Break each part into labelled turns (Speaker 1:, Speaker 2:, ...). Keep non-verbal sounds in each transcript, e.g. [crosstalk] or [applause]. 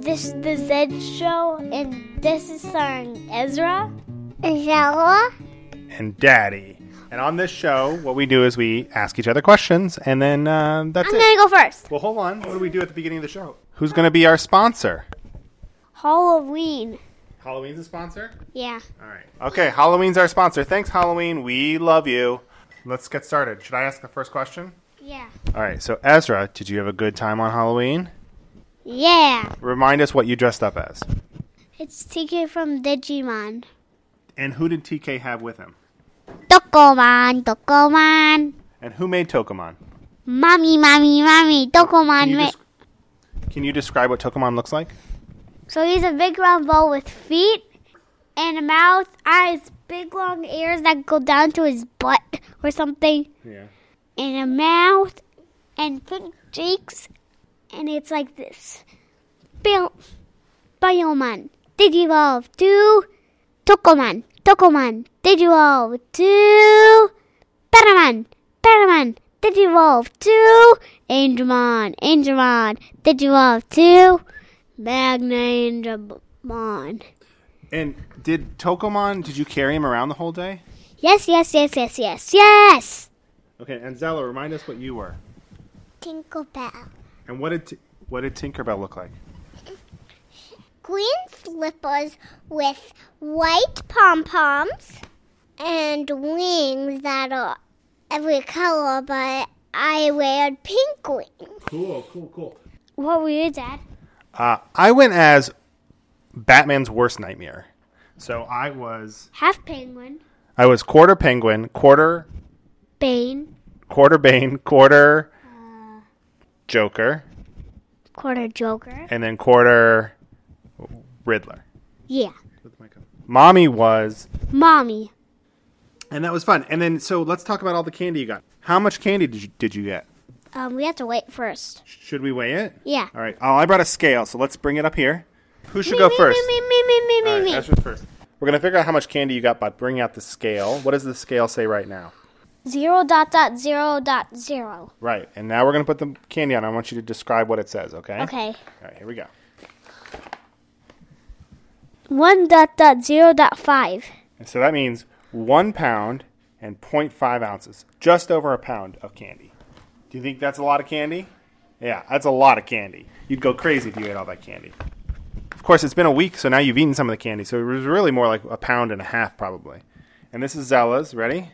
Speaker 1: this is the Zed Show, and this is starring Ezra.
Speaker 2: Zella?
Speaker 3: and Daddy. And on this show, what we do is we ask each other questions, and then uh, that's
Speaker 1: I'm
Speaker 3: it.
Speaker 1: gonna go first.
Speaker 3: Well, hold on. What do we do at the beginning of the show? Who's going to be our sponsor?
Speaker 1: Halloween.
Speaker 3: Halloween's a sponsor?
Speaker 1: Yeah.
Speaker 3: All right. Okay, Halloween's our sponsor. Thanks, Halloween. We love you. Let's get started. Should I ask the first question?
Speaker 1: Yeah.
Speaker 3: All right. So, Ezra, did you have a good time on Halloween?
Speaker 1: Yeah.
Speaker 3: Remind us what you dressed up as.
Speaker 1: It's TK from Digimon.
Speaker 3: And who did TK have with him?
Speaker 1: Dokomon, Dokomon.
Speaker 3: And who made Tokomon?
Speaker 1: Mommy, mommy, mommy,
Speaker 3: Can
Speaker 1: Dokomon.
Speaker 3: you,
Speaker 1: Ma-
Speaker 3: des- can you describe what Tokomon looks like?
Speaker 1: so he's a big round ball with feet and a mouth, eyes, big long ears that go down to his butt or something.
Speaker 3: Yeah.
Speaker 1: and a mouth and pink cheeks, and it's like this. Bio- Bioman, Digivolve to Tokoman, Tokoman, Digivolve to Paraman, Paraman, Digivolve to Angelmon, Angelmon, Digivolve to Magna Angelmon.
Speaker 3: And did Tokomon, did you carry him around the whole day?
Speaker 1: Yes, yes, yes, yes, yes, yes!
Speaker 3: Okay, and Zella, remind us what you were.
Speaker 2: Tinkerbell.
Speaker 3: And what did t- what did Tinkerbell look like?
Speaker 2: Green slippers with white pom poms and wings that are every color, but I wear pink wings.
Speaker 3: Cool, cool, cool.
Speaker 1: What were you, Dad?
Speaker 3: Uh, I went as Batman's worst nightmare. So I was
Speaker 1: Half penguin,
Speaker 3: I was quarter penguin, quarter
Speaker 1: Bane,
Speaker 3: quarter Bane, [laughs] quarter Joker,
Speaker 1: quarter Joker.
Speaker 3: and then quarter Riddler.
Speaker 1: Yeah.
Speaker 3: Mommy was,
Speaker 1: Mommy,
Speaker 3: and that was fun. And then so let's talk about all the candy you got. How much candy did you, did you get?
Speaker 1: um, we have to wait first.
Speaker 3: Should we weigh it?
Speaker 1: Yeah.
Speaker 3: All right. Oh, I brought a scale, so let's bring it up here. Who should go first?
Speaker 1: Me, me, me, me, me,
Speaker 3: All right,
Speaker 1: me.
Speaker 3: Ezra's first. We're gonna figure out how much candy you got by bringing out the scale. What does the scale say right now?
Speaker 1: Zero dot dot zero dot zero.
Speaker 3: Right, and now we're gonna put the candy on. I want you to describe what it says. Okay.
Speaker 1: Okay.
Speaker 3: All right, here we go.
Speaker 1: One dot dot zero dot five.
Speaker 3: And so that means one pound and 0.5 ounces, just over a pound of candy. Do you think that's a lot of candy? Yeah, that's a lot of candy. You'd go crazy if you ate all that candy. Of course, it's been a week, so now you've eaten some of the candy. So it was really more like a pound and a half, probably. And this is Zella's. Ready?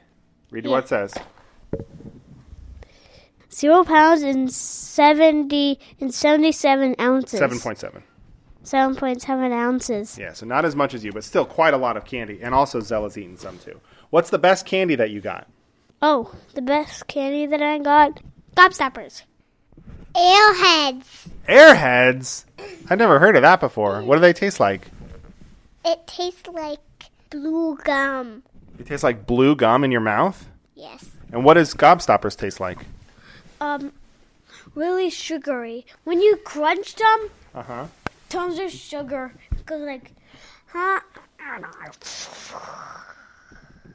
Speaker 3: Read what it says.
Speaker 1: Zero pounds and seventy and seventy-seven ounces.
Speaker 3: 7.7.
Speaker 1: Seven point seven ounces.
Speaker 3: Yeah, so not as much as you, but still quite a lot of candy. And also, Zella's eaten some too. What's the best candy that you got?
Speaker 1: Oh, the best candy that I got: gobstoppers.
Speaker 2: Airheads.
Speaker 3: Airheads? I've never heard of that before. What do they taste like?
Speaker 2: It tastes like blue gum.
Speaker 3: It tastes like blue gum in your mouth.
Speaker 2: Yes.
Speaker 3: And what does gobstoppers taste like?
Speaker 1: Um, really sugary. When you crunch them,
Speaker 3: Uh huh.
Speaker 1: tons of sugar. Goes like, huh? I don't know.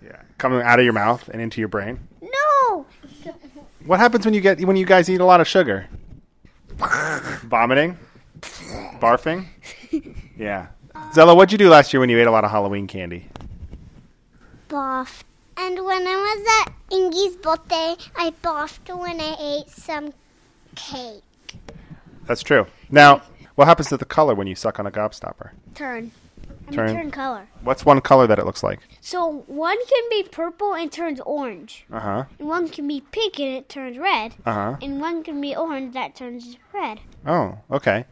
Speaker 3: Yeah, coming out of your mouth and into your brain.
Speaker 1: No.
Speaker 3: What happens when you get when you guys eat a lot of sugar? Vomiting, barfing. Yeah, Zella, what'd you do last year when you ate a lot of Halloween candy?
Speaker 2: Boffed. And when I was at Ingie's birthday, I boffed when I ate some cake.
Speaker 3: That's true. Now, what happens to the color when you suck on a gobstopper?
Speaker 1: Turn. I'm
Speaker 3: Turn.
Speaker 1: turn color.
Speaker 3: What's one color that it looks like?
Speaker 1: So one can be purple and turns orange,
Speaker 3: Uh huh.
Speaker 1: and one can be pink and it turns red,
Speaker 3: Uh huh.
Speaker 1: and one can be orange that turns red.
Speaker 3: Oh, okay.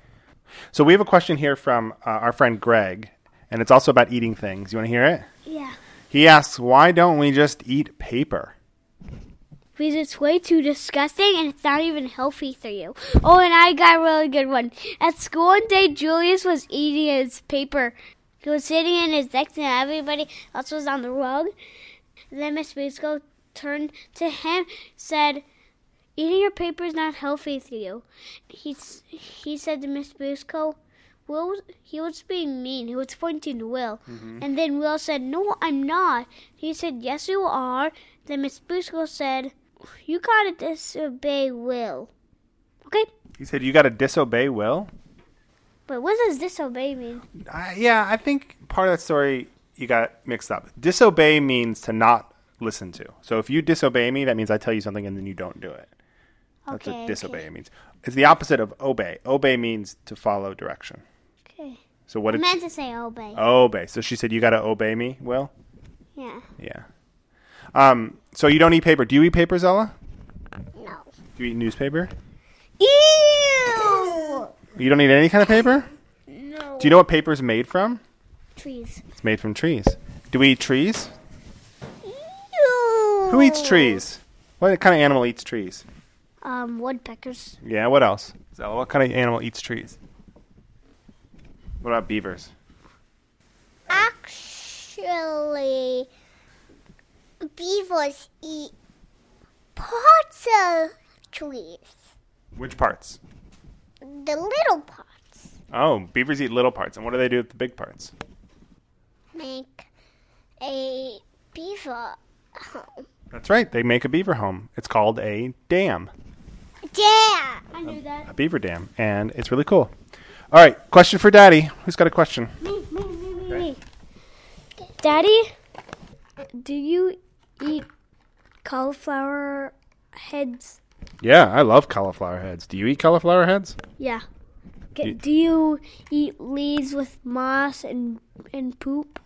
Speaker 3: So we have a question here from uh, our friend Greg, and it's also about eating things. You want to hear it?
Speaker 1: Yeah.
Speaker 3: He asks, "Why don't we just eat paper?"
Speaker 1: Because it's way too disgusting and it's not even healthy for you. Oh, and I got a really good one. At school one day, Julius was eating his paper. He was sitting in his desk and everybody else was on the rug. And then Miss Bisco turned to him, said, Eating your paper is not healthy for you. He, s- he said to Miss Bisco, Will, he was being mean. He was pointing to Will. And then Will said, No, I'm not. He said, Yes, you are. Then Miss Bisco said, You gotta disobey Will. Okay?
Speaker 3: He said, "You got to disobey Will."
Speaker 1: But what does disobey mean?
Speaker 3: I yeah, I think part of that story you got mixed up. Disobey means to not listen to. So if you disobey me, that means I tell you something and then you don't do it. That's
Speaker 1: Okay,
Speaker 3: what disobey means. It's the opposite of obey. Obey means to follow direction.
Speaker 1: Okay.
Speaker 3: So what
Speaker 1: I
Speaker 3: did
Speaker 1: meant to say obey.
Speaker 3: obey? So she said you got to obey me. Well,
Speaker 1: Yeah.
Speaker 3: yeah. Um. So you don't eat paper. Do you eat paper, Zella?
Speaker 2: No.
Speaker 3: Do you eat newspaper?
Speaker 2: Ew!
Speaker 3: You don't eat any kind of paper.
Speaker 1: No.
Speaker 3: Do you know what paper is made from?
Speaker 1: Trees.
Speaker 3: It's made from trees. Do we eat trees?
Speaker 2: Ew!
Speaker 3: Who eats trees? What kind of animal eats trees?
Speaker 1: Um, woodpeckers.
Speaker 3: Yeah, what else? Zella, what kind of animal eats trees? What about beavers?
Speaker 2: Actually, beavers eat parts of trees,
Speaker 3: Which parts?
Speaker 2: the little parts.
Speaker 3: Oh, beavers eat little parts. And what do they do with the big parts?
Speaker 2: Make a beaver home.
Speaker 3: That's right. They make a beaver home. It's called a dam,
Speaker 2: Yeah!
Speaker 1: I knew that.
Speaker 3: a beaver dam, and it's really cool. All right, question for Daddy. Who's got a question?
Speaker 1: Me, me, me, me, me. Daddy, do you eat cauliflower heads?
Speaker 3: Yeah, I love cauliflower heads. Do you eat cauliflower heads?
Speaker 1: Yeah. G-
Speaker 3: Eat-
Speaker 1: Do you eat leaves with moss and and poop?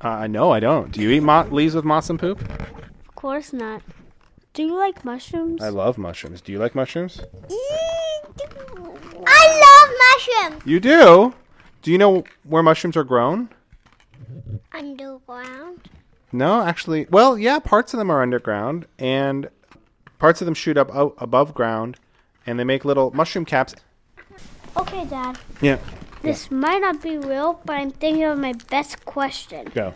Speaker 3: Uh, no, I don't. Do you eat mo- leaves with moss and poop?
Speaker 1: Of course not. Do you like mushrooms?
Speaker 3: I love mushrooms. Do you like mushrooms?
Speaker 2: I love mushrooms!
Speaker 3: You do? Do you know where mushrooms are grown?
Speaker 2: Underground.
Speaker 3: No, actually, well, yeah, parts of them are underground, and parts of them shoot up o- above ground, and they make little mushroom caps.
Speaker 1: okay, Dad.
Speaker 3: Yeah,
Speaker 1: This might not be real, but I'm thinking of my best question.
Speaker 3: go.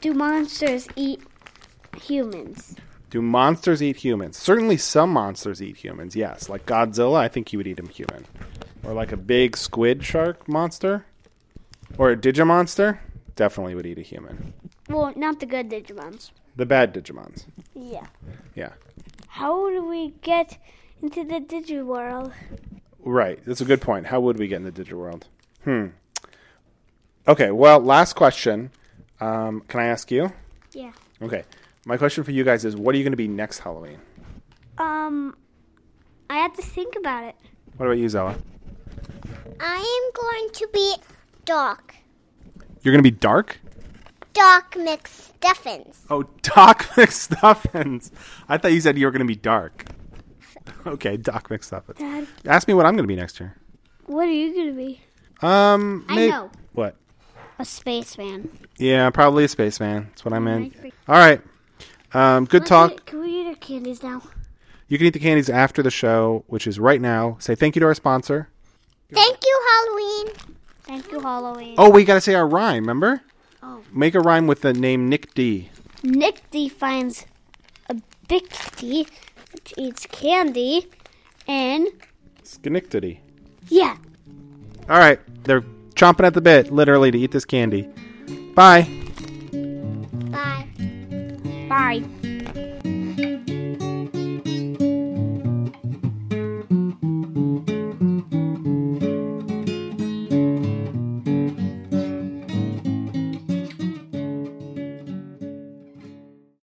Speaker 1: Do monsters eat humans?
Speaker 3: Do monsters eat humans? Certainly, some monsters eat humans. Yes, like Godzilla, I think he would eat a human, or like a big squid shark monster, or a Digimonster, definitely would eat a human.
Speaker 1: Well, not the good Digimons.
Speaker 3: The bad Digimons,
Speaker 1: Yeah.
Speaker 3: yeah,
Speaker 1: How do we get into the digi world?
Speaker 3: right. That's a good point. How would we get in the digital world? Hmm. Okay. Well, last question. Um, can I ask you?
Speaker 1: Yeah.
Speaker 3: Okay. My question for you guys is what are you going to be next Halloween?
Speaker 1: Um, I have to think about it.
Speaker 3: What about you, Zella?
Speaker 2: I am going to be Doc.
Speaker 3: You're going to be dark?
Speaker 2: Doc McStuffins.
Speaker 3: Oh, [laughs] Doc McStuffins. I thought you said you were going to be dark. Okay, Doc McStuffins.
Speaker 1: Dad,
Speaker 3: Ask me what I'm going to be next year.
Speaker 1: what are you gonna be?
Speaker 3: Um,
Speaker 1: I
Speaker 3: may-
Speaker 1: know.
Speaker 3: What?
Speaker 1: A spaceman.
Speaker 3: Yeah, probably a spaceman. That's what I meant.
Speaker 1: Nice.
Speaker 3: All right. Um, good talk.
Speaker 1: Can we eat our candies now?
Speaker 3: You can eat the candies after the show, which is right now. Say thank you to our sponsor.
Speaker 2: Thank you, Halloween.
Speaker 1: Thank you, Halloween.
Speaker 3: Oh, we got to say our rhyme, remember?
Speaker 1: Oh.
Speaker 3: Make a rhyme with the name Nick D.
Speaker 1: Nick D finds a Bixie, which eats candy, and
Speaker 3: Schenectady.
Speaker 1: yeah.
Speaker 3: All right, they're chomping at the bit, literally, to eat this candy. Bye.
Speaker 2: Bye.
Speaker 1: Bye.